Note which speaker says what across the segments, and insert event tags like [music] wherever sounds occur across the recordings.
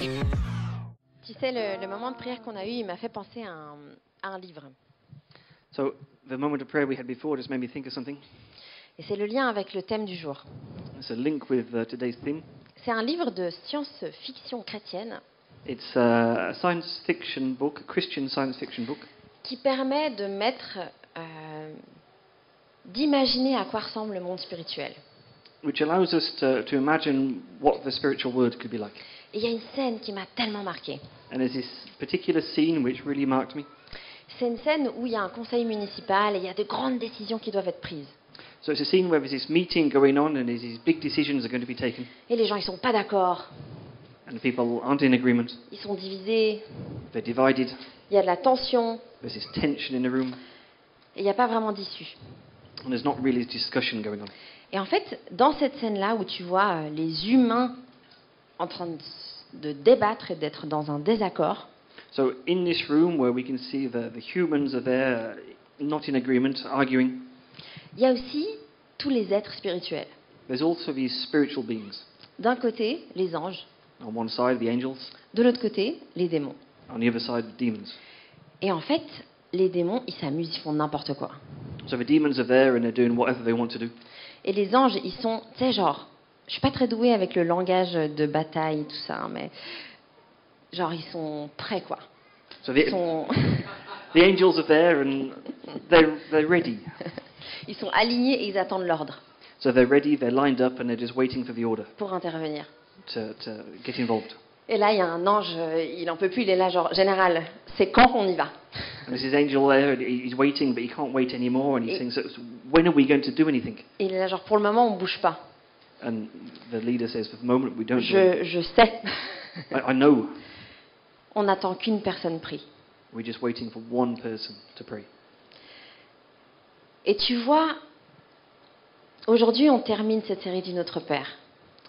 Speaker 1: Tu sais, le, le moment de prière qu'on a eu, il m'a fait penser à un, à un livre.
Speaker 2: So the moment of prayer we had before just made me think of something.
Speaker 1: Et c'est le lien avec le thème du jour.
Speaker 2: It's a link with uh, today's theme.
Speaker 1: C'est un livre de science-fiction chrétienne
Speaker 2: It's uh, a science fiction book, a Christian science fiction book,
Speaker 1: qui permet de mettre, euh, d'imaginer à quoi ressemble le monde spirituel.
Speaker 2: which allows us to, to imagine what the spiritual world could be like.
Speaker 1: Et il y a une scène qui m'a tellement marquée.
Speaker 2: And there's this particular scene which really marked me.
Speaker 1: C'est une scène où il y a un conseil municipal et il y a de grandes décisions qui doivent être prises.
Speaker 2: So it's a scene where there's this meeting going on and there's these big decisions are going to be taken
Speaker 1: Et les gens, ils sont pas d'accord,
Speaker 2: and people aren't in agreement.
Speaker 1: ils sont divisés,
Speaker 2: They're divided.
Speaker 1: il y a de la tension
Speaker 2: There's this tension in the room
Speaker 1: et il n'y a pas vraiment d'issue.
Speaker 2: and there's not really discussion going on.
Speaker 1: Et en fait, dans cette scène-là où tu vois euh, les humains en train de, s- de débattre et d'être dans un désaccord,
Speaker 2: So in this room where we can see the, the humans are there not in agreement, arguing,
Speaker 1: il y a aussi tous les êtres spirituels.
Speaker 2: there's also these spiritual beings.
Speaker 1: D'un côté, les anges,
Speaker 2: On one side, the angels.
Speaker 1: de l'autre côté, les démons.
Speaker 2: On the other side, the demons.
Speaker 1: Et en fait, les démons, ils s'amusent, ils font n'importe quoi.
Speaker 2: So the demons are there and they're doing whatever they want to do.
Speaker 1: Et les anges, ils sont, tu sais, genre, je suis pas très douée avec le langage de bataille, tout ça, hein, mais genre, ils sont prêts, quoi.
Speaker 2: So
Speaker 1: Ils
Speaker 2: the,
Speaker 1: sont, [laughs]
Speaker 2: the angels are there and they're, they're ready.
Speaker 1: ils sont alignés et ils attendent l'ordre
Speaker 2: So they're ready, they're lined up, and they're just waiting for the order
Speaker 1: pour intervenir.
Speaker 2: to, to get involved.
Speaker 1: Et là, il y a un ange, euh, il en peut plus, il est là, genre, général, c'est quand qu'on y va
Speaker 2: And there's this angel there, and he- he's waiting, but he can't wait anymore, and he's saying, so, so when are we going to do anything?
Speaker 1: Et il est là, genre, pour le moment, on bouge pas.
Speaker 2: And the leader says, for the moment, we don't do it.
Speaker 1: Je, je sais. [laughs]
Speaker 2: I, I know.
Speaker 1: on n'attend qu'une personne prie.
Speaker 2: We're just waiting for one person to pray.
Speaker 1: Et tu vois, aujourd'hui, on termine cette série du Notre Père.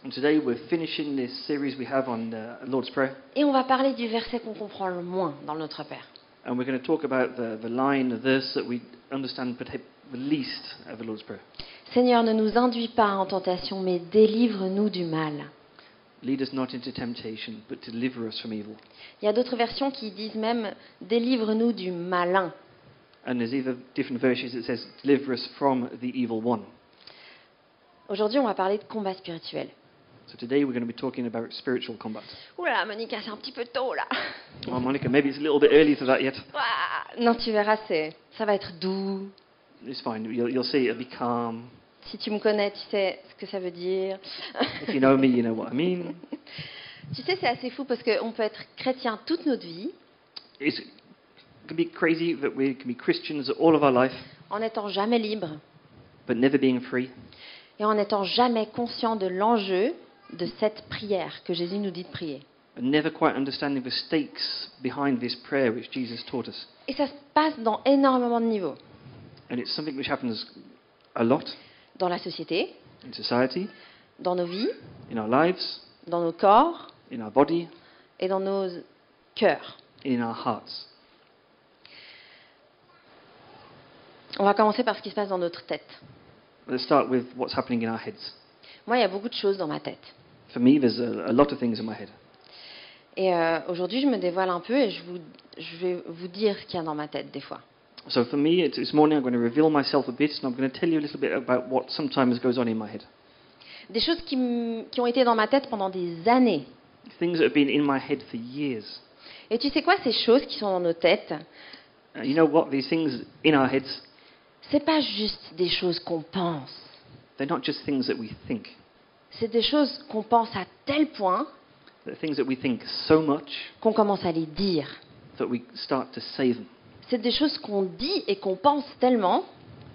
Speaker 2: And today we're finishing this series we have on the Lord's Prayer,
Speaker 1: Et on va parler du verset qu'on comprend le moins dans le Notre Père.
Speaker 2: and we're going to talk about the, the line, the verse that we understand perhaps the least of the Lord's Prayer.
Speaker 1: Seigneur, ne nous induis pas en tentation, mais délivre-nous du mal.
Speaker 2: Lead us not into temptation, but deliver us from evil.
Speaker 1: Il y a d'autres versions qui disent même délivre-nous du malin.
Speaker 2: And there's either different versions that says, deliver us from the evil one.
Speaker 1: Aujourd'hui, on va parler de combat spirituel.
Speaker 2: So today we're going to be talking about spiritual combat.
Speaker 1: Ouh là, là, Monica, c'est un petit peu tôt là.
Speaker 2: Oh, Monica, maybe it's a little bit early for that yet.
Speaker 1: Ouah. Ah, Non, tu verras, c'est ça va être doux.
Speaker 2: It's fine. You'll, you'll see. It'll be calm.
Speaker 1: Si tu me connais, tu sais ce que ça veut dire.
Speaker 2: If you know me, you know what I mean.
Speaker 1: tu sais, c'est assez fou parce qu'on peut être chrétien toute notre vie
Speaker 2: It's, it can be crazy that we can be Christians all of our life,
Speaker 1: en n'étant jamais libre
Speaker 2: but never being free,
Speaker 1: et en n'étant jamais conscient de l'enjeu de cette prière que Jésus nous dit de prier.
Speaker 2: and never quite understanding the stakes behind this prayer which Jesus taught us.
Speaker 1: Et ça se passe dans énormément de niveaux.
Speaker 2: And it's something which happens a lot
Speaker 1: Dans la société,
Speaker 2: in society,
Speaker 1: dans nos vies,
Speaker 2: in our lives,
Speaker 1: dans nos corps
Speaker 2: in our body,
Speaker 1: et dans nos cœurs.
Speaker 2: in our hearts.
Speaker 1: On va commencer par ce qui se passe dans notre tête.
Speaker 2: Let's start with what's happening in our heads.
Speaker 1: Moi, il y a beaucoup de choses dans ma tête.
Speaker 2: For me, there's a, a lot of things in my head.
Speaker 1: Et euh, aujourd'hui, je me dévoile un peu et je, vous- je vais vous dire ce qu'il y a dans ma tête des fois.
Speaker 2: So for me, it's, this morning I'm going to reveal myself a bit, and I'm going to tell you a little bit about what sometimes goes on in my head.
Speaker 1: Des choses qui, m- qui ont été dans ma tête pendant des années.
Speaker 2: Things that have been in my head for years.
Speaker 1: Et tu sais quoi, ces choses qui sont dans nos têtes,
Speaker 2: Uh, you know what? These things in our heads,
Speaker 1: c'est pas juste des choses qu'on pense.
Speaker 2: they're not just things that we think.
Speaker 1: C'est des choses qu'on pense à tel point
Speaker 2: They're things that we think so much
Speaker 1: qu'on commence à les dire.
Speaker 2: that we start to say them.
Speaker 1: C'est des choses qu'on dit et qu'on pense tellement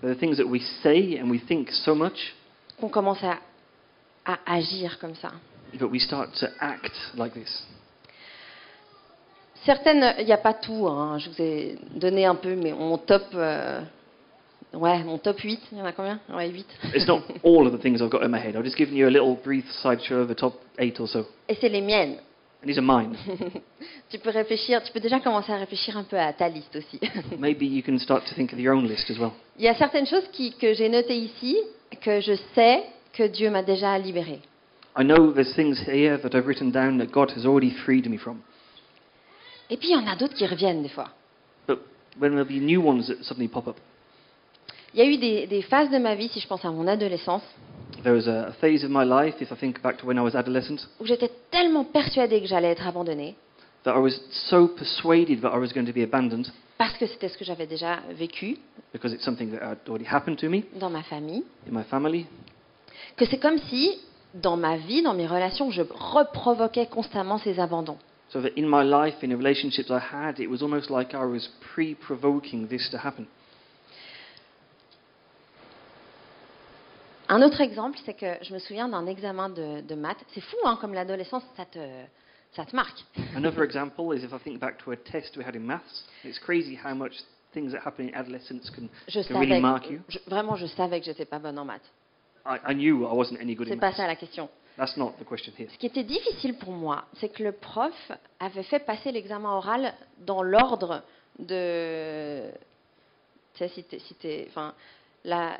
Speaker 2: They're things that we say and we think so much
Speaker 1: qu'on commence à, à agir comme ça.
Speaker 2: that we start to act like this.
Speaker 1: Certaines, il n'y a pas tout, hein, je vous ai donné un peu, mais mon top, euh, ouais, mon top 8, il y en a combien Ouais, 8.
Speaker 2: It's not [laughs] all of the things I've got in my head. I've just given you a little brief sideshow of the top eight or so.
Speaker 1: Et c'est les miennes.
Speaker 2: And these are mine.
Speaker 1: Tu peux réfléchir, tu peux déjà commencer à réfléchir un peu à ta liste aussi. [laughs]
Speaker 2: Maybe you can start to think of your own list as well.
Speaker 1: Il y a certaines choses qui- que j'ai notées ici, que je sais que Dieu m'a déjà libérée.
Speaker 2: I know there's things here that I've written down that God has already freed me from.
Speaker 1: Et puis il y en a d'autres qui reviennent des fois.
Speaker 2: But when there'll be new ones that suddenly pop up,
Speaker 1: Il y a eu des, des phases de ma vie, si je pense à mon adolescence,
Speaker 2: there was a phase of my life, if I think back to when I was adolescent,
Speaker 1: où j'étais tellement persuadée que j'allais être abandonnée,
Speaker 2: that I was so persuaded that I was going to be abandoned
Speaker 1: parce que c'était ce que j'avais déjà vécu
Speaker 2: because it's something that had already happened to me
Speaker 1: dans ma famille,
Speaker 2: in my family,
Speaker 1: que c'est comme si, dans ma vie, dans mes relations, je reprovoquais constamment ces abandons.
Speaker 2: So that in my life, in the relationships I had, it was almost like I was pre provoking this to happen.
Speaker 1: Un autre exemple, c'est que je me souviens d'un examen de, de maths. C'est fou, hein, comme l'adolescence, ça te, ça te marque.
Speaker 2: Another example is if I think back to a test we had in maths, it's crazy how much things that happen in adolescence can,
Speaker 1: Je
Speaker 2: can really
Speaker 1: savais,
Speaker 2: mark you.
Speaker 1: je- vraiment, je savais que j'étais pas bonne en maths.
Speaker 2: I, I knew I wasn't any good
Speaker 1: C'est
Speaker 2: in
Speaker 1: pas
Speaker 2: maths.
Speaker 1: ça la question.
Speaker 2: That's not the question here.
Speaker 1: Ce qui était difficile pour moi, c'est que le prof avait fait passer l'examen oral dans l'ordre de. Tu sais, si t'es- si t'es- enfin, la,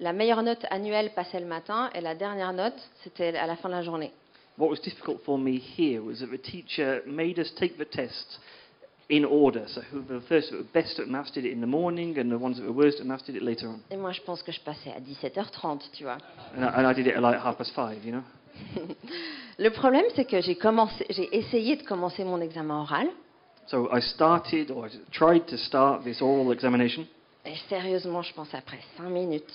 Speaker 1: la meilleure note annuelle passait le matin et la dernière note, c'était à la fin de la journée.
Speaker 2: What was difficult for me here was that the teacher made us take the tests in order. So who the first that were best at maths did it in the morning, and the ones that were worst at maths did it later on.
Speaker 1: Et moi, je pense que je passais à 17h30, tu vois.
Speaker 2: And I, and I did it at like half past five, you know.
Speaker 1: Le problème, c'est que j'ai commencé- j'ai essayé de commencer mon examen oral.
Speaker 2: So I started, or I tried to start this oral examination.
Speaker 1: Et sérieusement, je pense après 5 minutes,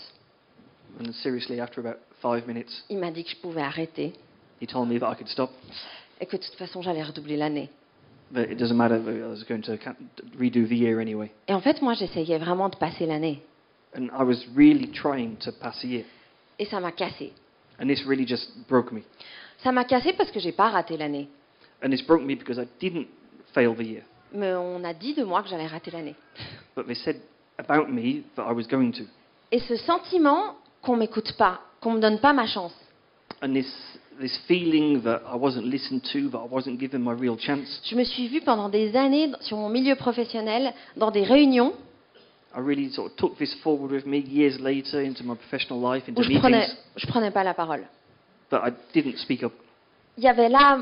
Speaker 2: And seriously, after about five minutes,
Speaker 1: il m'a dit que je pouvais arrêter
Speaker 2: he told me that I could stop,
Speaker 1: et que de toute façon, j'allais redoubler l'année.
Speaker 2: but it doesn't matter, that I was going to ca- redo the year anyway.
Speaker 1: Et en fait, moi, j'essayais vraiment de passer l'année.
Speaker 2: And I was really trying to pass a year.
Speaker 1: Et ça m'a cassé.
Speaker 2: And this really just broke me.
Speaker 1: Ça m'a cassé parce que j'ai pas raté l'année.
Speaker 2: And this broke me because I didn't fail the year.
Speaker 1: Mais on a dit de moi que j'allais rater l'année.
Speaker 2: But they said about me that I was going to.
Speaker 1: Et ce sentiment qu'on m'écoute pas, qu'on me donne pas ma chance,
Speaker 2: And this, this feeling that I wasn't listened to, that I wasn't given my real chance,
Speaker 1: je me suis vue pendant des années dans- sur mon milieu professionnel dans des réunions
Speaker 2: I really sort of took this forward with me years later into my professional life, into
Speaker 1: où je prenais,
Speaker 2: meetings,
Speaker 1: je prenais pas la parole.
Speaker 2: but I didn't speak up.
Speaker 1: Il y avait là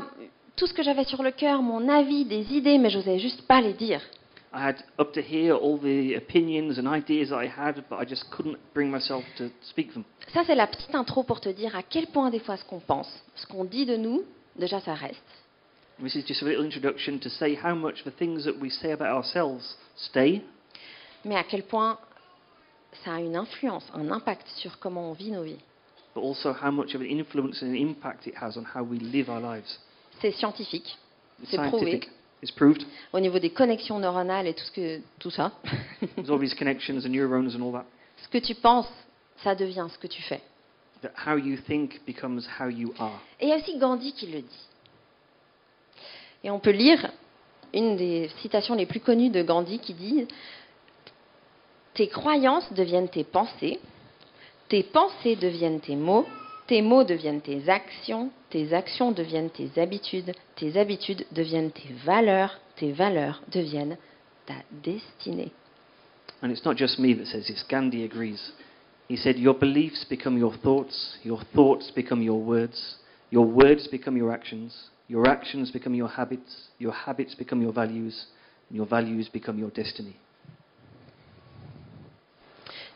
Speaker 1: tout ce que j'avais sur le cœur, mon avis, des idées, mais j'osais juste pas les dire.
Speaker 2: I had up to here all the opinions and ideas I had, but I just couldn't bring myself to speak them.
Speaker 1: Ça, c'est la petite intro pour te dire à quel point des fois ce qu'on pense, ce qu'on dit de nous, déjà ça reste.
Speaker 2: This is just a little introduction to say how much the things that we say about ourselves stay,
Speaker 1: Mais à quel point ça a une influence, un impact sur comment on vit nos vies.
Speaker 2: but also how much of an influence and an impact it has on how we live our lives.
Speaker 1: C'est scientifique.
Speaker 2: It's
Speaker 1: C'est
Speaker 2: scientific.
Speaker 1: prouvé
Speaker 2: It's proved.
Speaker 1: au niveau des connexions neuronales et tout, ce que, tout ça. [laughs]
Speaker 2: There's all these connections and neurons and all that.
Speaker 1: ce que tu penses, ça devient ce que tu fais.
Speaker 2: That how you think becomes how you are.
Speaker 1: Et il y a aussi Gandhi qui le dit. Et on peut lire une des citations les plus connues de Gandhi qui dit Tes croyances deviennent tes pensées, tes pensées deviennent tes mots, tes mots deviennent tes actions, tes actions deviennent tes habitudes, tes habitudes deviennent tes valeurs, tes valeurs deviennent ta destinée.
Speaker 2: And it's not just me that says this, Gandhi agrees. He said, Your beliefs become your thoughts, your thoughts become your words, your words become your actions, your actions become your habits, your habits become your values, and your values become your destiny.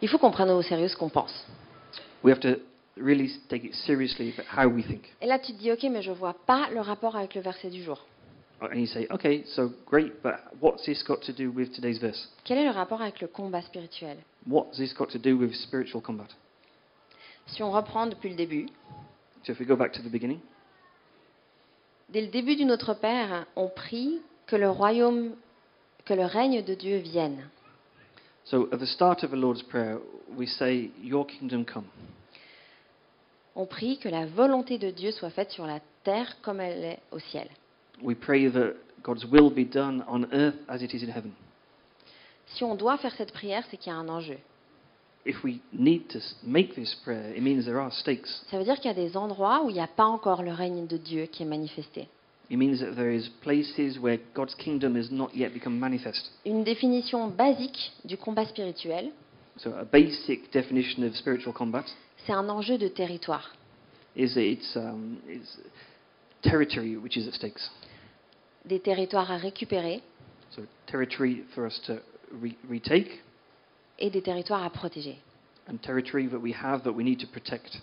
Speaker 1: Il faut qu'on prenne au sérieux ce qu'on pense.
Speaker 2: We have to really take it seriously about how we think.
Speaker 1: Et là, tu te dis Ok, mais je vois pas le rapport avec le verset du jour.
Speaker 2: And you say, Okay, so great, but what's this got to do with today's verse?
Speaker 1: Quel est le rapport avec le combat spirituel
Speaker 2: What's this got to do with spiritual combat?
Speaker 1: Si on reprend depuis le début,
Speaker 2: So if we go back to the beginning,
Speaker 1: dès le début du Notre Père, on prie que le royaume, que le règne de Dieu vienne.
Speaker 2: so at the start of the Lord's Prayer, we say, Your kingdom come.
Speaker 1: On prie que la volonté de Dieu soit faite sur la terre comme elle est au ciel.
Speaker 2: We pray that God's will be done on earth as it is in heaven.
Speaker 1: Si on doit faire cette prière, c'est qu'il y a un enjeu.
Speaker 2: If we need to s- make this prayer, it means there are stakes.
Speaker 1: Ça veut dire qu'il y a des endroits où il n'y a pas encore le règne de Dieu qui est manifesté.
Speaker 2: It means that there is places where God's kingdom has not yet become manifest.
Speaker 1: Une définition basique du combat spirituel,
Speaker 2: So a basic definition of spiritual combat
Speaker 1: c'est un enjeu de territoire.
Speaker 2: is its, um, its territory which is at stakes.
Speaker 1: des territoires à récupérer
Speaker 2: So territory for us to re- retake
Speaker 1: et des territoires à protéger.
Speaker 2: and territory that we have that we need to protect.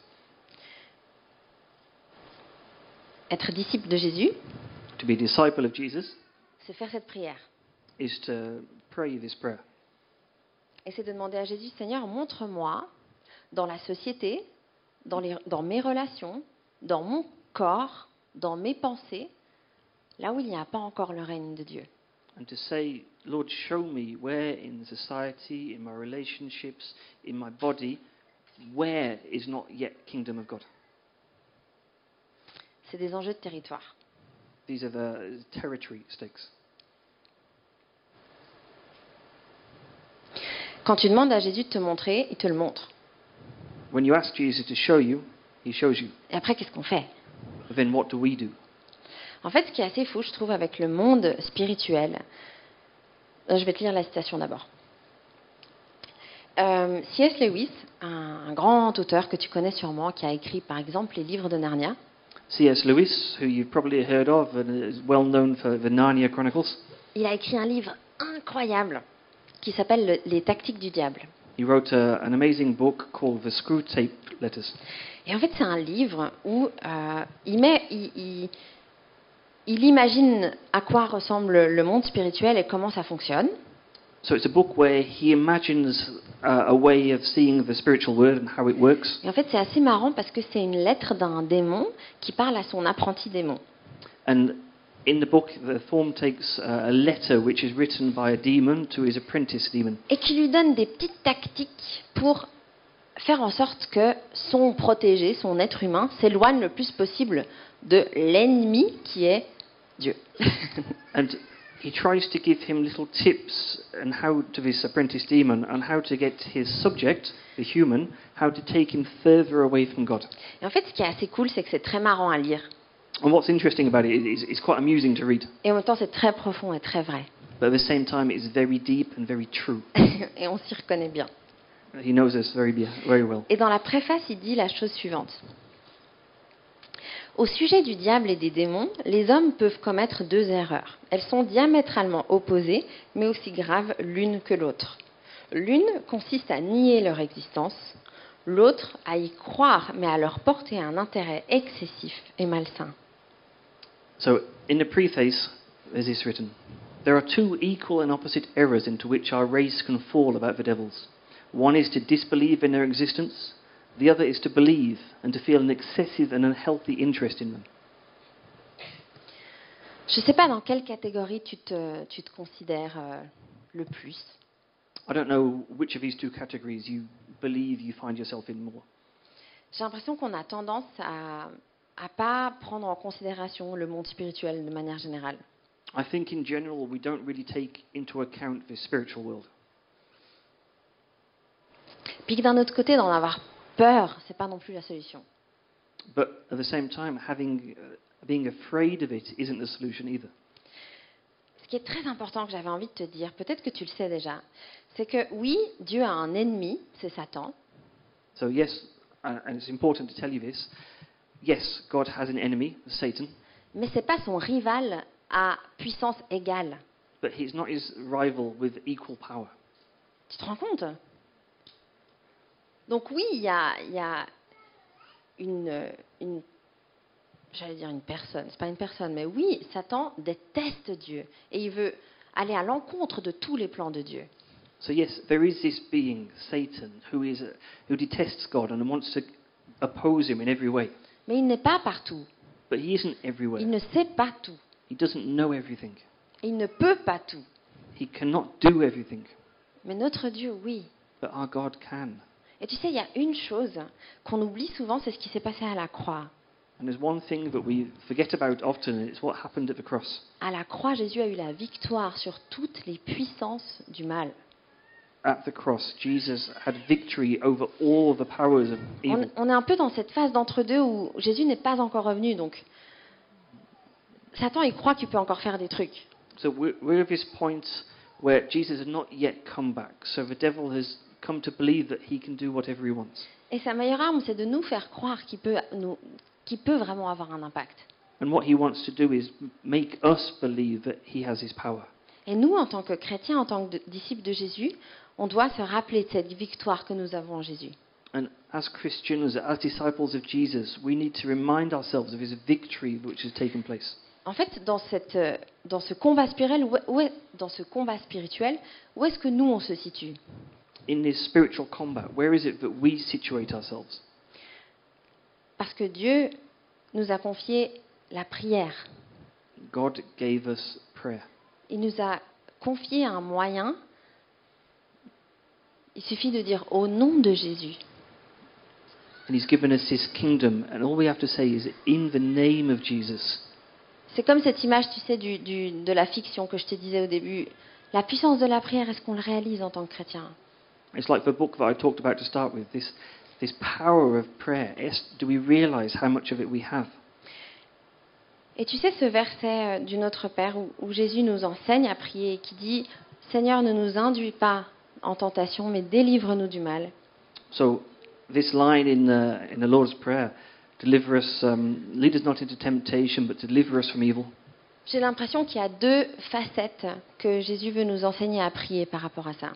Speaker 1: Être disciple de Jésus,
Speaker 2: To be a disciple of Jesus
Speaker 1: c'est faire cette prière.
Speaker 2: is to pray this prayer.
Speaker 1: Et c'est de demander à Jésus, Seigneur, montre-moi dans la société, dans, les- dans mes relations, dans mon corps, dans mes pensées, là où il n'y a pas encore le règne de Dieu.
Speaker 2: And to say, Lord, show me where in society, in my relationships, in my body, where is not yet kingdom of God.
Speaker 1: C'est des enjeux de territoire.
Speaker 2: These are the territory stakes.
Speaker 1: Quand tu demandes à Jésus de te montrer, il te le montre.
Speaker 2: When you ask Jesus to show you, he shows you.
Speaker 1: Et après, qu'est-ce qu'on fait
Speaker 2: Then what do we do?
Speaker 1: En fait, ce qui est assez fou, je trouve, avec le monde spirituel, Euh, je vais te lire la citation d'abord. Euh, C.S. Lewis, un, un grand auteur que tu connais sûrement, qui a écrit par exemple les livres de Narnia,
Speaker 2: C.S. Lewis, who you've probably heard of and is well known for the Narnia Chronicles,
Speaker 1: il a écrit un livre incroyable qui s'appelle Le- Les tactiques du diable.
Speaker 2: he wrote uh an amazing book called The Screw Tape Letters.
Speaker 1: Et en fait, c'est un livre où euh, il, met, il, il- il imagine à quoi ressemble le monde spirituel et comment ça fonctionne.
Speaker 2: So it's a book where he imagines uh, a way of seeing the spiritual world and how it works.
Speaker 1: Et en fait, c'est assez marrant parce que c'est une lettre d'un démon qui parle à son apprenti démon.
Speaker 2: And in the book, the form takes uh, a letter which is written by a demon to his apprentice demon,
Speaker 1: et qui lui donne des petites tactiques pour faire en sorte que son protégé, son être humain, s'éloigne le plus possible de l'ennemi qui est Dieu.
Speaker 2: and he tries to give him little tips and how to this apprentice demon and how to get his subject, the human, how to take him further away from God.
Speaker 1: Et en fait, ce qui est assez cool, c'est que c'est très marrant à lire.
Speaker 2: And what's interesting about it is it's quite amusing to read,
Speaker 1: Et en même temps, c'est très profond et très vrai.
Speaker 2: but at the same time, it's very deep and very true.
Speaker 1: et on s'y reconnaît bien.
Speaker 2: He knows us very, be- very well.
Speaker 1: Et dans la préface, il dit la chose suivante. Au sujet du diable et des démons, les hommes peuvent commettre deux erreurs. Elles sont diamétralement opposées, mais aussi graves l'une que l'autre. L'une consiste à nier leur existence, l'autre à y croire, mais à leur porter un intérêt excessif et malsain.
Speaker 2: So, in the preface, there's this written There are two equal and opposite errors into which our race can fall about the devils. One is to disbelieve in their existence, the other is to believe and to feel an excessive and unhealthy interest in them.
Speaker 1: Je ne sais pas dans quelle catégorie tu te, tu te considères euh, le plus.
Speaker 2: I don't know which of these two categories you believe you find yourself in more.
Speaker 1: J'ai l'impression qu'on a tendance à à pas prendre en considération le monde spirituel de manière générale.
Speaker 2: I think in general we don't really take into account the spiritual world.
Speaker 1: Puis que d'un autre côté, d'en avoir peur, c'est pas non plus la solution.
Speaker 2: But at the same time, having, uh, being afraid of it isn't the solution either.
Speaker 1: Ce qui est très important que j'avais envie de te dire, peut-être que tu le sais déjà, c'est que oui, Dieu a un ennemi, c'est Satan,
Speaker 2: So, yes, uh, and it's important to tell you this yes, God has an enemy, Satan,
Speaker 1: mais c'est pas son rival à puissance égale.
Speaker 2: but he's not his rival with equal power.
Speaker 1: Tu te rends compte Donc oui, il y a, il y a une, euh, une- j'allais dire une personne, c'est pas une personne, mais oui, Satan déteste Dieu et il veut aller à l'encontre de tous les plans de Dieu.
Speaker 2: So, yes, there is this being, Satan, who, is, uh, who detests God and wants to oppose him in every way.
Speaker 1: Mais il n'est pas partout,
Speaker 2: But he isn't
Speaker 1: il
Speaker 2: everywhere,
Speaker 1: ne sait pas tout,
Speaker 2: he doesn't know everything,
Speaker 1: il ne peut pas tout.
Speaker 2: he cannot do everything.
Speaker 1: Mais notre Dieu, oui.
Speaker 2: But our God can.
Speaker 1: Et tu sais, il y a une chose qu'on oublie souvent, c'est ce qui s'est passé à la croix.
Speaker 2: And there's one thing that we forget about often, and it's what happened at the cross.
Speaker 1: À la croix, Jésus a eu la victoire sur toutes les puissances du mal.
Speaker 2: At the cross, Jesus had victory over all the powers of
Speaker 1: On,
Speaker 2: evil.
Speaker 1: on est un peu dans cette phase d'entre-deux où Jésus n'est pas encore revenu, donc Satan, il croit qu'il peut encore faire des trucs.
Speaker 2: So we're, we're at this point where Jesus has not yet come back. So the devil has come to believe that he can do whatever he wants.
Speaker 1: Et sa meilleure arme, c'est de nous faire croire qu'il peut, nous, qu'il peut vraiment avoir un impact.
Speaker 2: And what he wants to do is make us believe that he has his power.
Speaker 1: Et nous, en tant que chrétiens, en tant que de- disciples de Jésus, on doit se rappeler de cette victoire que nous avons en Jésus.
Speaker 2: And as Christians, as disciples of Jesus, we need to remind ourselves of his victory which has taken place.
Speaker 1: En fait, dans, cette, euh, dans ce combat spirituel, où est- où est- dans ce combat spirituel, où est-ce que nous, on se situe
Speaker 2: In this spiritual combat, where is it that we situate ourselves?
Speaker 1: Parce que Dieu nous a confié la prière.
Speaker 2: God gave us prayer.
Speaker 1: Il nous a confié un moyen. Il suffit de dire au nom de Jésus.
Speaker 2: And he's given us his kingdom. And all we have to say is, in the name of Jesus.
Speaker 1: C'est comme cette image, tu sais, du- du- de la fiction que je te disais au début. La puissance de la prière, est-ce qu'on le réalise en tant que chrétien
Speaker 2: It's like the book that I talked about to start with this, this power of prayer. Yes, do we realize how much of it we have?
Speaker 1: Et tu sais ce verset euh, du Notre Père où, où Jésus nous enseigne à prier, qui dit Seigneur, ne nous induis pas en tentation, mais délivre-nous du mal.
Speaker 2: So, this line in the, in the Lord's Prayer deliver us, um, lead us not into temptation, but deliver us from evil.
Speaker 1: J'ai l'impression qu'il y a deux facettes que Jésus veut nous enseigner à prier par rapport à ça.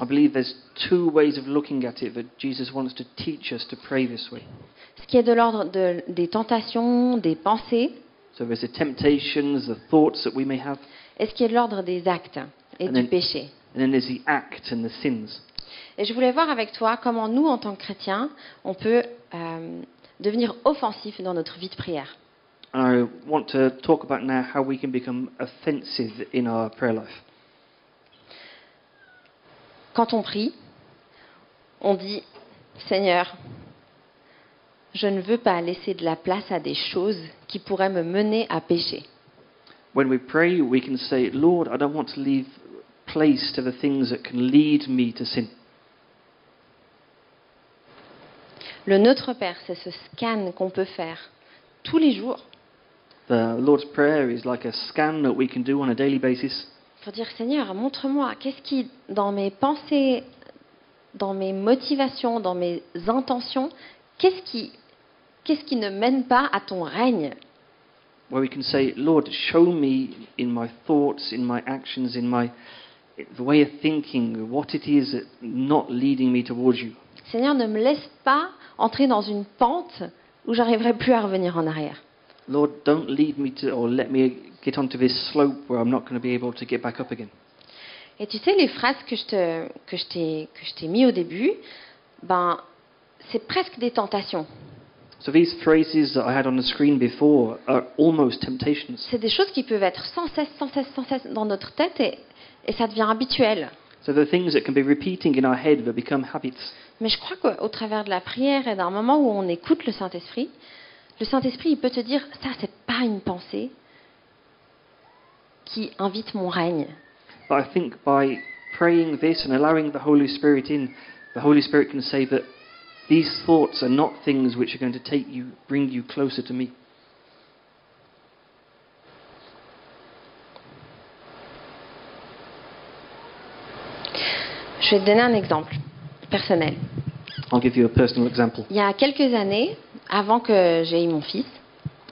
Speaker 2: I believe there's two ways of looking at it that Jesus wants to teach us to pray this way.
Speaker 1: Ce qui est de l'ordre de- des tentations, des pensées,
Speaker 2: So, there's the temptations, the thoughts that we may have,
Speaker 1: et ce qui est de l'ordre des actes et du
Speaker 2: Ah, mais-
Speaker 1: péché.
Speaker 2: and then there's the act and the sins.
Speaker 1: Et je voulais voir avec toi comment nous, en tant que chrétiens, on peut euh, devenir offensif dans notre vie de prière.
Speaker 2: And I want to talk about now how we can become offensive in our prayer life.
Speaker 1: Quand on prie, on dit Seigneur, je ne veux pas laisser de la place à des choses qui pourraient me mener à pécher.
Speaker 2: When we pray, we can say, Lord, I don't want to leave place to the things that can lead me to sin.
Speaker 1: Le Notre Père, c'est ce scan qu'on peut faire tous les jours
Speaker 2: The Lord's Prayer is like a scan that we can do on a daily basis
Speaker 1: pour dire Seigneur, montre-moi qu'est-ce qui, dans mes pensées, dans mes motivations, dans mes intentions, qu'est-ce qui, qu'est-ce qui ne mène pas à ton règne
Speaker 2: where we can say, Lord, show me in my thoughts, in my actions, in my the way of thinking, what it is that not leading me towards you.
Speaker 1: Seigneur, ne me laisse pas entrer dans une pente où j'arriverai plus à revenir en arrière.
Speaker 2: Lord, don't lead me to, or let me get onto this slope where I'm not going to be able to get back up again.
Speaker 1: Et tu sais, les phrases que je, te, que je t'ai, que je t'ai mis au début, ben, c'est presque des tentations.
Speaker 2: So these phrases that I had on the screen before are almost temptations.
Speaker 1: C'est des choses qui peuvent être sans cesse, sans cesse, sans cesse dans notre tête et, et ça devient habituel.
Speaker 2: So the things that can be repeating in our head that become habits.
Speaker 1: Mais je crois qu'au travers de la prière et d'un moment où on écoute le Saint-Esprit, le Saint-Esprit, il peut te dire, ça, c'est pas une pensée qui invite mon règne.
Speaker 2: But I think by praying this and allowing the Holy Spirit in, the Holy Spirit can say that these thoughts are not things which are going to take you, bring you closer to me.
Speaker 1: Je vais te donner un exemple personnel.
Speaker 2: I'll give you a personal example.
Speaker 1: Il y a quelques années, avant que j'aie mon fils,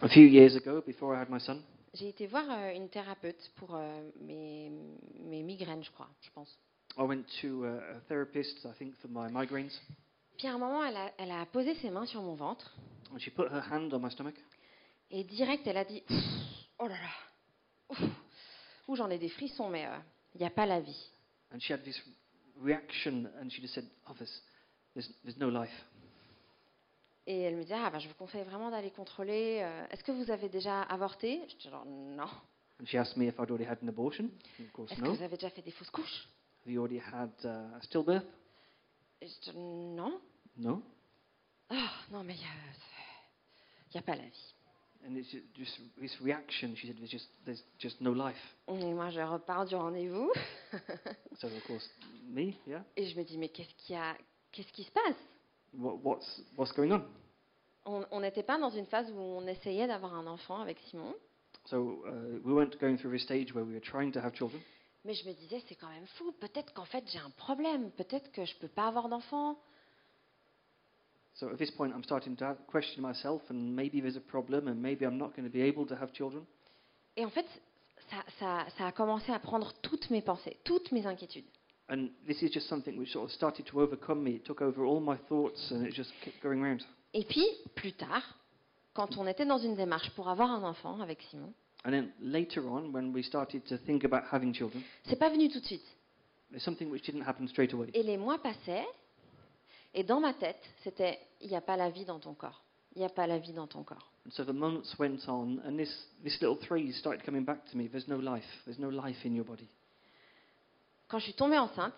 Speaker 2: A few years ago, before I had my son,
Speaker 1: j'ai été voir euh, une thérapeute pour euh, mes, mes migraines, je crois, je pense.
Speaker 2: I went to a a therapist, I think, for my migraines,
Speaker 1: Puis à un moment, elle a, elle a posé ses mains sur mon ventre
Speaker 2: and she put her hand on my stomach,
Speaker 1: et direct, elle a dit Oh là là Ouf Ouh, j'en ai des frissons, mais euh, il n'y a pas la vie.
Speaker 2: and she had this reaction, and she just said, "Oh, there's, there's, there's no life."
Speaker 1: Et elle me dit Ah, bah, je vous conseille vraiment d'aller contrôler. euh, Est-ce que vous avez déjà avorté Je dis genre, Non.
Speaker 2: And she asked me if I'd already had an abortion. And of course,
Speaker 1: Est-ce que
Speaker 2: no.
Speaker 1: vous avez déjà fait des fausses couches
Speaker 2: Have you already had uh, a stillbirth?
Speaker 1: Et Je dis Non.
Speaker 2: No.
Speaker 1: Ah, non, mais il n'y a, il y a pas la vie.
Speaker 2: And it's ju- just this reaction. She said, "There's just there's just no life."
Speaker 1: Et moi, je repars du rendez-vous
Speaker 2: So of course, me, yeah.
Speaker 1: et je me dis mais qu'est-ce qu'il y a Qu'est-ce qui se passe
Speaker 2: What, what's what's going on?
Speaker 1: On on n'était pas dans une phase où on essayait d'avoir un enfant avec Simon.
Speaker 2: So uh, we weren't going through a stage where we were trying to have children.
Speaker 1: Mais je me disais, c'est quand même fou. Peut-être qu'en fait, j'ai un problème. Peut-être que je ne peux pas avoir d'enfant.
Speaker 2: So at this point, I'm starting to have- question myself, and maybe there's a problem, and maybe I'm not going to be able to have children.
Speaker 1: Et en fait, ça, ça- ça a commencé à prendre toutes mes pensées, toutes mes inquiétudes.
Speaker 2: And this is just something which sort of started to overcome me. It took over all my thoughts, and it just kept going round.
Speaker 1: Et puis, plus tard, quand on était dans une démarche pour avoir un enfant avec Simon,
Speaker 2: And then later on, when we started to think about having children,
Speaker 1: c'est pas venu tout de suite.
Speaker 2: it's something which didn't happen straight away.
Speaker 1: Et les mois passaient, et dans ma tête, c'était il n'y a pas la vie dans ton corps. Il n'y a pas la vie dans ton corps.
Speaker 2: And so the months went on, and this, this little phrase started coming back to me there's no life, there's no life in your body.
Speaker 1: Quand je suis tombée enceinte,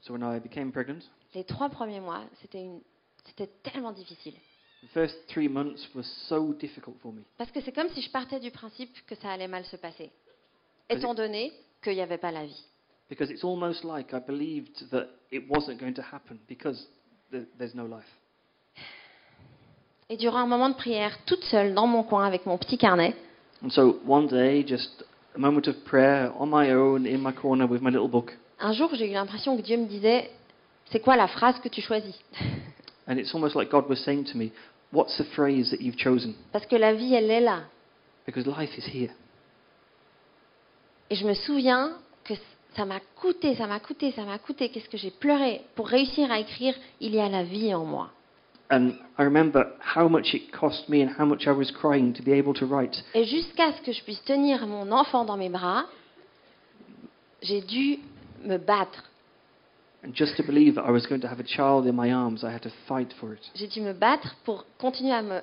Speaker 2: So when I became pregnant,
Speaker 1: les trois premiers mois, c'était une- c'était tellement difficile.
Speaker 2: the first three months were so difficult for me.
Speaker 1: Parce que c'est comme si je partais du principe que ça allait mal se passer, étant donné qu'il n'y avait pas la vie.
Speaker 2: Because it's almost like I believed that it wasn't going to happen because th- there's no life.
Speaker 1: Et durant un moment de prière, toute seule, dans mon coin, avec mon petit carnet,
Speaker 2: And so one day, just a moment of prayer on my own in my corner with my little book.
Speaker 1: un jour, j'ai eu l'impression que Dieu me disait C'est quoi la phrase que tu choisis
Speaker 2: And it's almost like God was saying to me, What's the phrase that you've chosen?
Speaker 1: Parce que la vie, elle est là.
Speaker 2: Because life is here.
Speaker 1: Et je me souviens que ça m'a coûté, ça m'a coûté, ça m'a coûté. Qu'est-ce que j'ai pleuré pour réussir à écrire Il y a la vie en moi.
Speaker 2: And I remember how much it cost me and how much I was crying to be able to write.
Speaker 1: Et jusqu'à ce que je puisse tenir mon enfant dans mes bras, j'ai dû me battre.
Speaker 2: And just to believe that I was going to have a child in my arms, I had to fight for it.
Speaker 1: J'ai dû me battre pour continuer à me,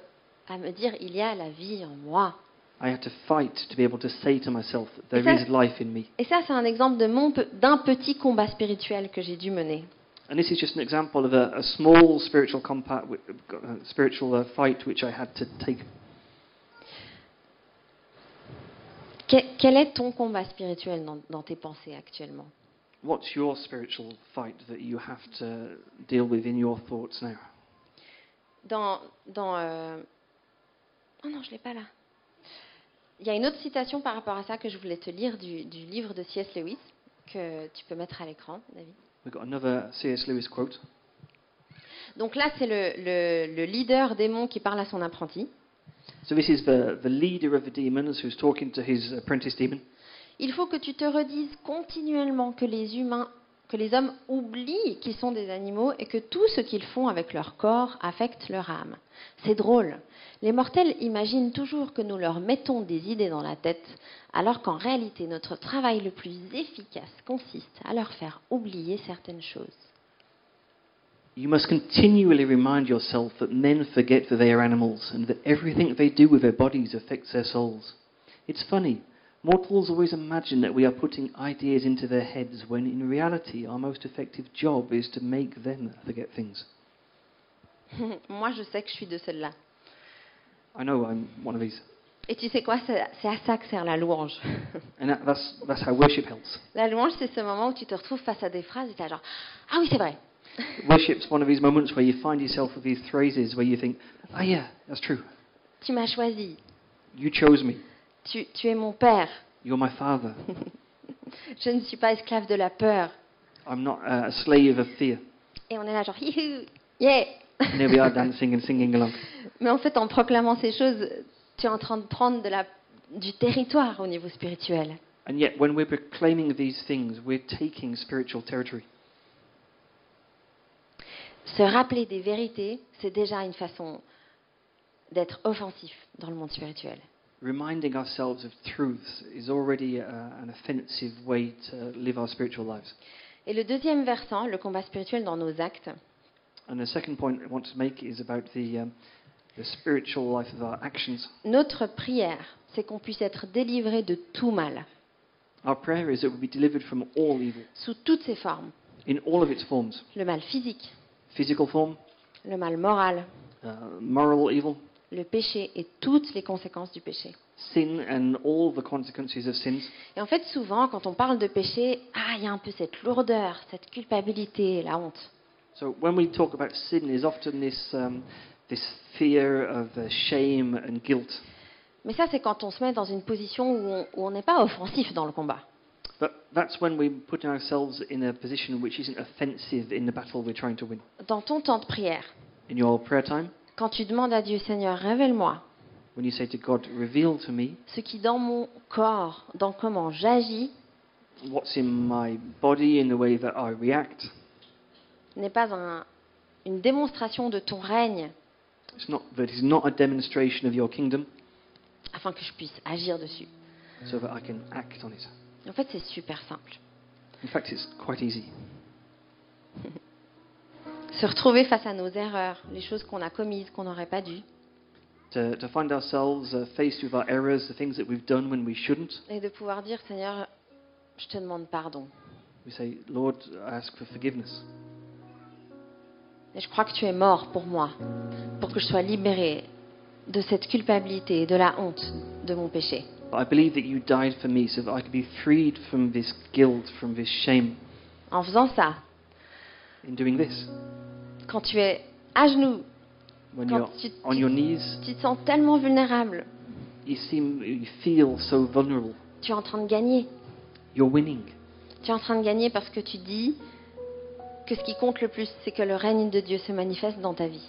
Speaker 1: à me dire il y a la vie en moi.
Speaker 2: I had to fight to be able to say to myself that
Speaker 1: Is
Speaker 2: there
Speaker 1: that-
Speaker 2: is life in me.
Speaker 1: Et ça, c'est un exemple de mon pe- d'un petit combat spirituel que j'ai dû mener.
Speaker 2: And this is just an example of a, a small spiritual combat, wi- uh, spiritual uh, fight which I had to take.
Speaker 1: Que- quel est ton combat spirituel dans, dans tes pensées actuellement
Speaker 2: What's your spiritual fight that you have to deal with in your thoughts now?
Speaker 1: Dans. dans euh, Oh non, je ne l'ai pas là. Il y a une autre citation par rapport à ça que je voulais te lire du, du livre de C.S. Lewis, que tu peux mettre à l'écran, David.
Speaker 2: We've got another C.S. Lewis quote.
Speaker 1: Donc là, c'est le- le- le leader démon qui parle à son apprenti.
Speaker 2: So this is the, the leader of the demons who's talking to his apprentice demon.
Speaker 1: Il faut que tu te redises continuellement que les humains, que les hommes oublient qu'ils sont des animaux et que tout ce qu'ils font avec leur corps affecte leur âme. C'est drôle. Les mortels imaginent toujours que nous leur mettons des idées dans la tête, alors qu'en réalité notre travail le plus efficace consiste à leur faire oublier certaines choses.
Speaker 2: You must continually remind yourself that men forget that they are animals and that everything they do with their bodies affects their souls. It's funny. Mortals always imagine that we are putting ideas into their heads when in reality our most effective job is to make them forget things.
Speaker 1: [laughs] Moi, je sais que je suis de celle-là.
Speaker 2: I know I'm one of these.
Speaker 1: Et tu sais quoi, c'est c'est à ça que sert la louange. [laughs]
Speaker 2: And that, that's, that's how worship helps.
Speaker 1: la louange, c'est ce moment où tu te retrouves face à des phrases et tu genre Ah oui, c'est vrai.
Speaker 2: Worship's one of these moments where you find yourself with these phrases where you think, ah, yeah, that's true.
Speaker 1: Tu m'as choisi.
Speaker 2: You chose me.
Speaker 1: Tu, tu es mon père.
Speaker 2: You're my father.
Speaker 1: Je ne suis pas esclave de la peur.
Speaker 2: I'm not uh, a slave of fear.
Speaker 1: Et on est là genre, Hihi, yeah.
Speaker 2: And there we are dancing and singing along.
Speaker 1: Mais en fait, en proclamant ces choses, tu es en train de prendre de la, du territoire au niveau spirituel.
Speaker 2: And yet, when we're proclaiming these things, we're taking spiritual territory.
Speaker 1: Se rappeler des vérités, c'est déjà une façon d'être offensif dans le monde spirituel.
Speaker 2: Reminding ourselves of truths is already uh, an offensive way to live our spiritual lives.
Speaker 1: Et le deuxième versant, le combat spirituel dans nos actes,
Speaker 2: And the second point I want to make is about the, um, the spiritual life of our actions.
Speaker 1: notre prière, c'est qu'on puisse être délivré de tout mal,
Speaker 2: Our prayer is that we'll be delivered from all evil,
Speaker 1: sous toutes ses formes.
Speaker 2: in all of its forms
Speaker 1: Le mal physique,
Speaker 2: physical form,
Speaker 1: le mal moral,
Speaker 2: uh, moral evil,
Speaker 1: le péché et toutes les conséquences du péché.
Speaker 2: sin, and all the consequences of sins.
Speaker 1: Et en fait, souvent, quand on parle de péché, ah, il y a un peu cette lourdeur, cette culpabilité, la honte.
Speaker 2: So when we talk about sin, there's often this, um, this fear of uh, shame and guilt.
Speaker 1: Mais ça, c'est quand on se met dans une position où on- où on n'est pas offensif dans le combat.
Speaker 2: But that's when we put ourselves in a position which isn't offensive in the battle we're trying to win.
Speaker 1: Dans ton temps de prière,
Speaker 2: In your prayer time,
Speaker 1: quand tu demandes à Dieu, Seigneur, révèle-moi
Speaker 2: when you say to God, reveal to me
Speaker 1: ce qui dans mon corps, dans comment j'agis,
Speaker 2: what's in my body in the way that I react.
Speaker 1: n'est pas un- une démonstration de ton règne
Speaker 2: It's not that it's not a demonstration of your kingdom,
Speaker 1: afin que je puisse agir dessus.
Speaker 2: so that I can act on it.
Speaker 1: En fait, c'est super simple.
Speaker 2: In fact, it's quite easy.
Speaker 1: Se retrouver face à nos erreurs, les choses qu'on a commises, qu'on n'aurait pas dû,
Speaker 2: To, to find ourselves uh, faced with our errors, the things that we've done when we shouldn't,
Speaker 1: et de pouvoir dire, Seigneur, je te demande pardon.
Speaker 2: we say, Lord, I ask for forgiveness.
Speaker 1: Et je crois que tu es mort pour moi, pour que je sois libérée de cette culpabilité, de la honte de mon péché.
Speaker 2: But I believe that you died for me so that I could be freed from this guilt, from this shame
Speaker 1: En faisant ça,
Speaker 2: in doing this.
Speaker 1: quand tu es à genoux,
Speaker 2: When
Speaker 1: quand
Speaker 2: you're
Speaker 1: tu,
Speaker 2: on
Speaker 1: tu-
Speaker 2: your knees,
Speaker 1: tu te sens tellement vulnérable,
Speaker 2: you seem, you feel so vulnerable.
Speaker 1: tu es en train de gagner.
Speaker 2: You're winning.
Speaker 1: Tu es en train de gagner parce que tu dis que ce qui compte le plus, c'est que le règne de Dieu se manifeste dans ta vie.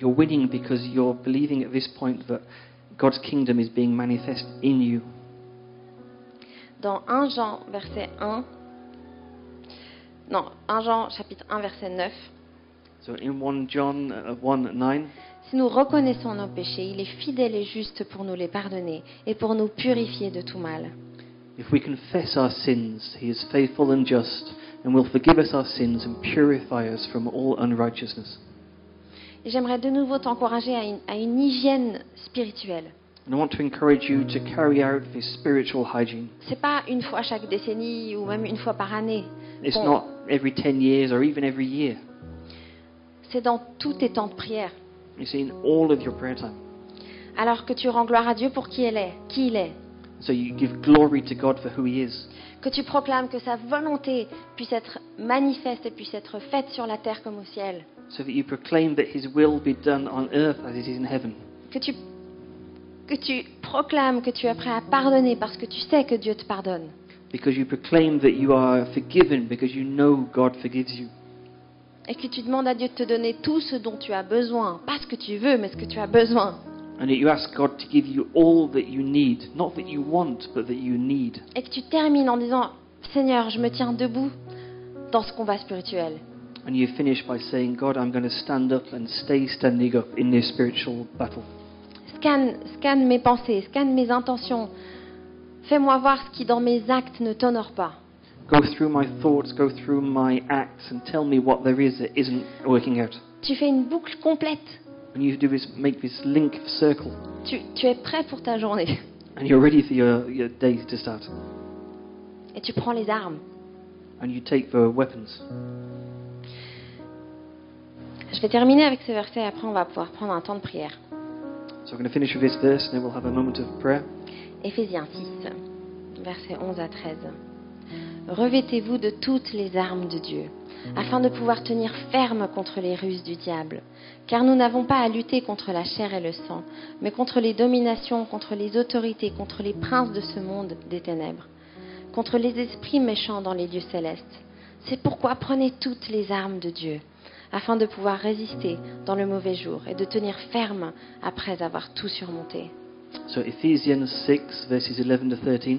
Speaker 2: You're winning because you're believing at this point that God's kingdom is being manifest in you.
Speaker 1: Dans 1 Jean, verset 1, non, 1 Jean, chapitre 1, verset 9,
Speaker 2: So in 1 John uh, 1 9,
Speaker 1: si nous reconnaissons nos péchés, il est fidèle et juste pour nous les pardonner et pour nous purifier de tout mal.
Speaker 2: if we confess our sins, he is faithful and just and will forgive us our sins and purify us from all unrighteousness.
Speaker 1: Et j'aimerais de nouveau t'encourager à une- à une hygiène spirituelle.
Speaker 2: And I want to encourage you to carry out this spiritual hygiene.
Speaker 1: C'est pas une fois chaque décennie ou même une fois par année.
Speaker 2: It's
Speaker 1: Bon.
Speaker 2: not every 10 years or even every year.
Speaker 1: C'est dans tous tes temps de prière.
Speaker 2: It's in all of your prayer time.
Speaker 1: Alors que tu rends gloire à Dieu pour qui elle est, qui il est.
Speaker 2: So you give glory to God for who he is.
Speaker 1: Que tu proclames que sa volonté puisse être manifeste et puisse être faite sur la terre comme au ciel.
Speaker 2: So that you proclaim that his will be done on earth as it is in heaven.
Speaker 1: Que tu, que tu proclames que tu es prêt à pardonner parce que tu sais que Dieu te pardonne.
Speaker 2: Because you proclaim that you are forgiven because you know God forgives you.
Speaker 1: Et que tu demandes à Dieu de te donner tout ce dont tu as besoin. Pas ce que tu veux, mais ce que tu as besoin.
Speaker 2: And that you ask God to give you all that you need. Not that you want, but that you need.
Speaker 1: Et que tu termines en disant Seigneur, je me tiens debout dans ce combat spirituel.
Speaker 2: And you finish by saying, God, I'm going to stand up and stay standing up in this spiritual battle.
Speaker 1: Scanne, scanne mes pensées, scanne mes intentions. Fais-moi voir ce qui dans mes actes ne t'honore pas.
Speaker 2: Go through my thoughts, go through my acts, and tell me what there is that isn't working out.
Speaker 1: Tu fais une boucle complète.
Speaker 2: And you do is make this link circle,
Speaker 1: Tu, tu es prêt pour ta journée.
Speaker 2: and you're ready for your, your day to start.
Speaker 1: Et tu prends les armes.
Speaker 2: And you take the weapons.
Speaker 1: Je vais terminer avec ce verset, après on va pouvoir prendre un temps de prière.
Speaker 2: So I'm going to finish with this verse, and then we'll have a moment of prayer.
Speaker 1: Éphésiens 6, versets 11 à 13. Revêtez-vous de toutes les armes de Dieu, afin de pouvoir tenir ferme contre les ruses du diable. Car nous n'avons pas à lutter contre la chair et le sang, mais contre les dominations, contre les autorités, contre les princes de ce monde des ténèbres, contre les esprits méchants dans les lieux célestes. C'est pourquoi prenez toutes les armes de Dieu, afin de pouvoir résister dans le mauvais jour et de tenir ferme après avoir tout surmonté.
Speaker 2: So Ephesians 6, verses 11 to 13.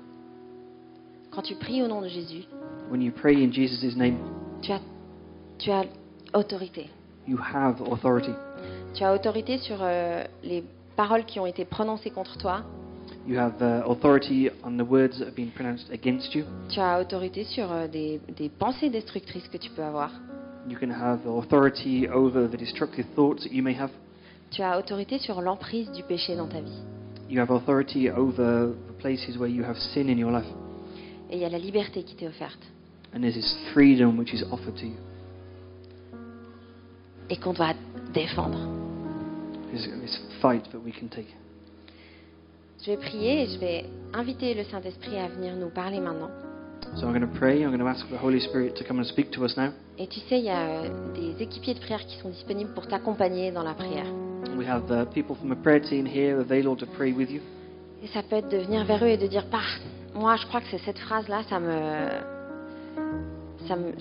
Speaker 1: quand tu pries au nom de Jésus,
Speaker 2: when you pray in Jesus' name,
Speaker 1: tu as, tu as autorité.
Speaker 2: You have authority.
Speaker 1: Tu as autorité sur euh, les paroles qui ont été prononcées contre toi.
Speaker 2: You have uh, authority on the words that have been pronounced against you.
Speaker 1: Tu as autorité sur euh, des, des pensées destructrices que tu peux avoir.
Speaker 2: You can have authority over the destructive thoughts that you may have.
Speaker 1: Tu as autorité sur l'emprise du péché dans ta vie.
Speaker 2: You have authority over the places where you have sin in your life.
Speaker 1: Et il y a la liberté qui t'est offerte.
Speaker 2: and it is freedom which is offered to you.
Speaker 1: et qu'on doit défendre.
Speaker 2: It's, it's fight that we can take.
Speaker 1: Je vais prier et je vais inviter le Saint-Esprit à venir nous parler maintenant.
Speaker 2: So I'm going to pray. I'm going to ask the Holy Spirit to come and speak to us now.
Speaker 1: Et tu sais, il y a euh, des équipiers de prière qui sont disponibles pour t'accompagner dans la prière.
Speaker 2: We have uh, people from the prayer team here available to pray with you.
Speaker 1: Et ça peut être de venir vers eux et de dire, bah, moi je crois que c'est cette phrase-là, ça me, ça me...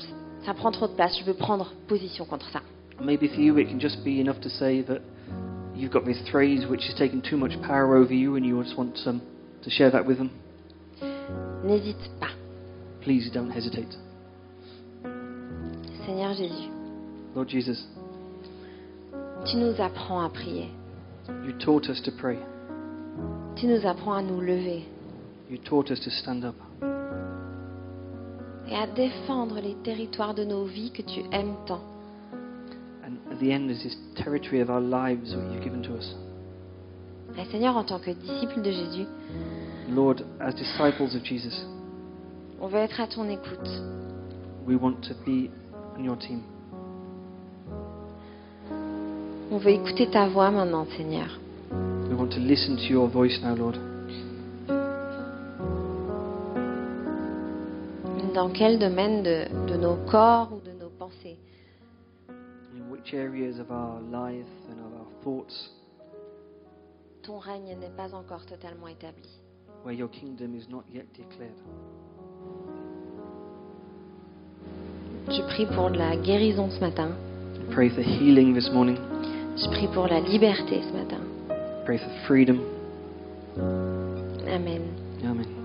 Speaker 1: Ça prend trop de place, je veux prendre position contre ça.
Speaker 2: And maybe for you, it can just be enough to say that you've got this phrase which is taking too much power over you, and you just want um, to share that with them.
Speaker 1: N'hésite pas,
Speaker 2: Please don't hesitate.
Speaker 1: Seigneur Jésus.
Speaker 2: Lord Jesus,
Speaker 1: Tu nous apprends à prier.
Speaker 2: you taught us to pray.
Speaker 1: Tu nous apprends à nous lever
Speaker 2: You taught us to stand up
Speaker 1: et à défendre les territoires de nos vies que tu aimes tant.
Speaker 2: And at the end is this territory of our lives that you've given to us.
Speaker 1: Et Seigneur, en tant que disciple de Jésus,
Speaker 2: Lord, as disciples of Jesus,
Speaker 1: on veut être à ton écoute.
Speaker 2: we want to be on your team.
Speaker 1: On veut écouter ta voix maintenant, Seigneur.
Speaker 2: We want to listen to your voice now, Lord.
Speaker 1: Dans quel domaine de, de nos corps ou de nos pensées
Speaker 2: In which areas of our life and of our thoughts
Speaker 1: ton règne n'est pas encore totalement établi.
Speaker 2: where your kingdom is not yet declared.
Speaker 1: Je prie pour de la guérison ce matin.
Speaker 2: I pray for healing this morning.
Speaker 1: Je prie pour la liberté ce matin.
Speaker 2: I pray for freedom.
Speaker 1: Amen.
Speaker 2: Amen.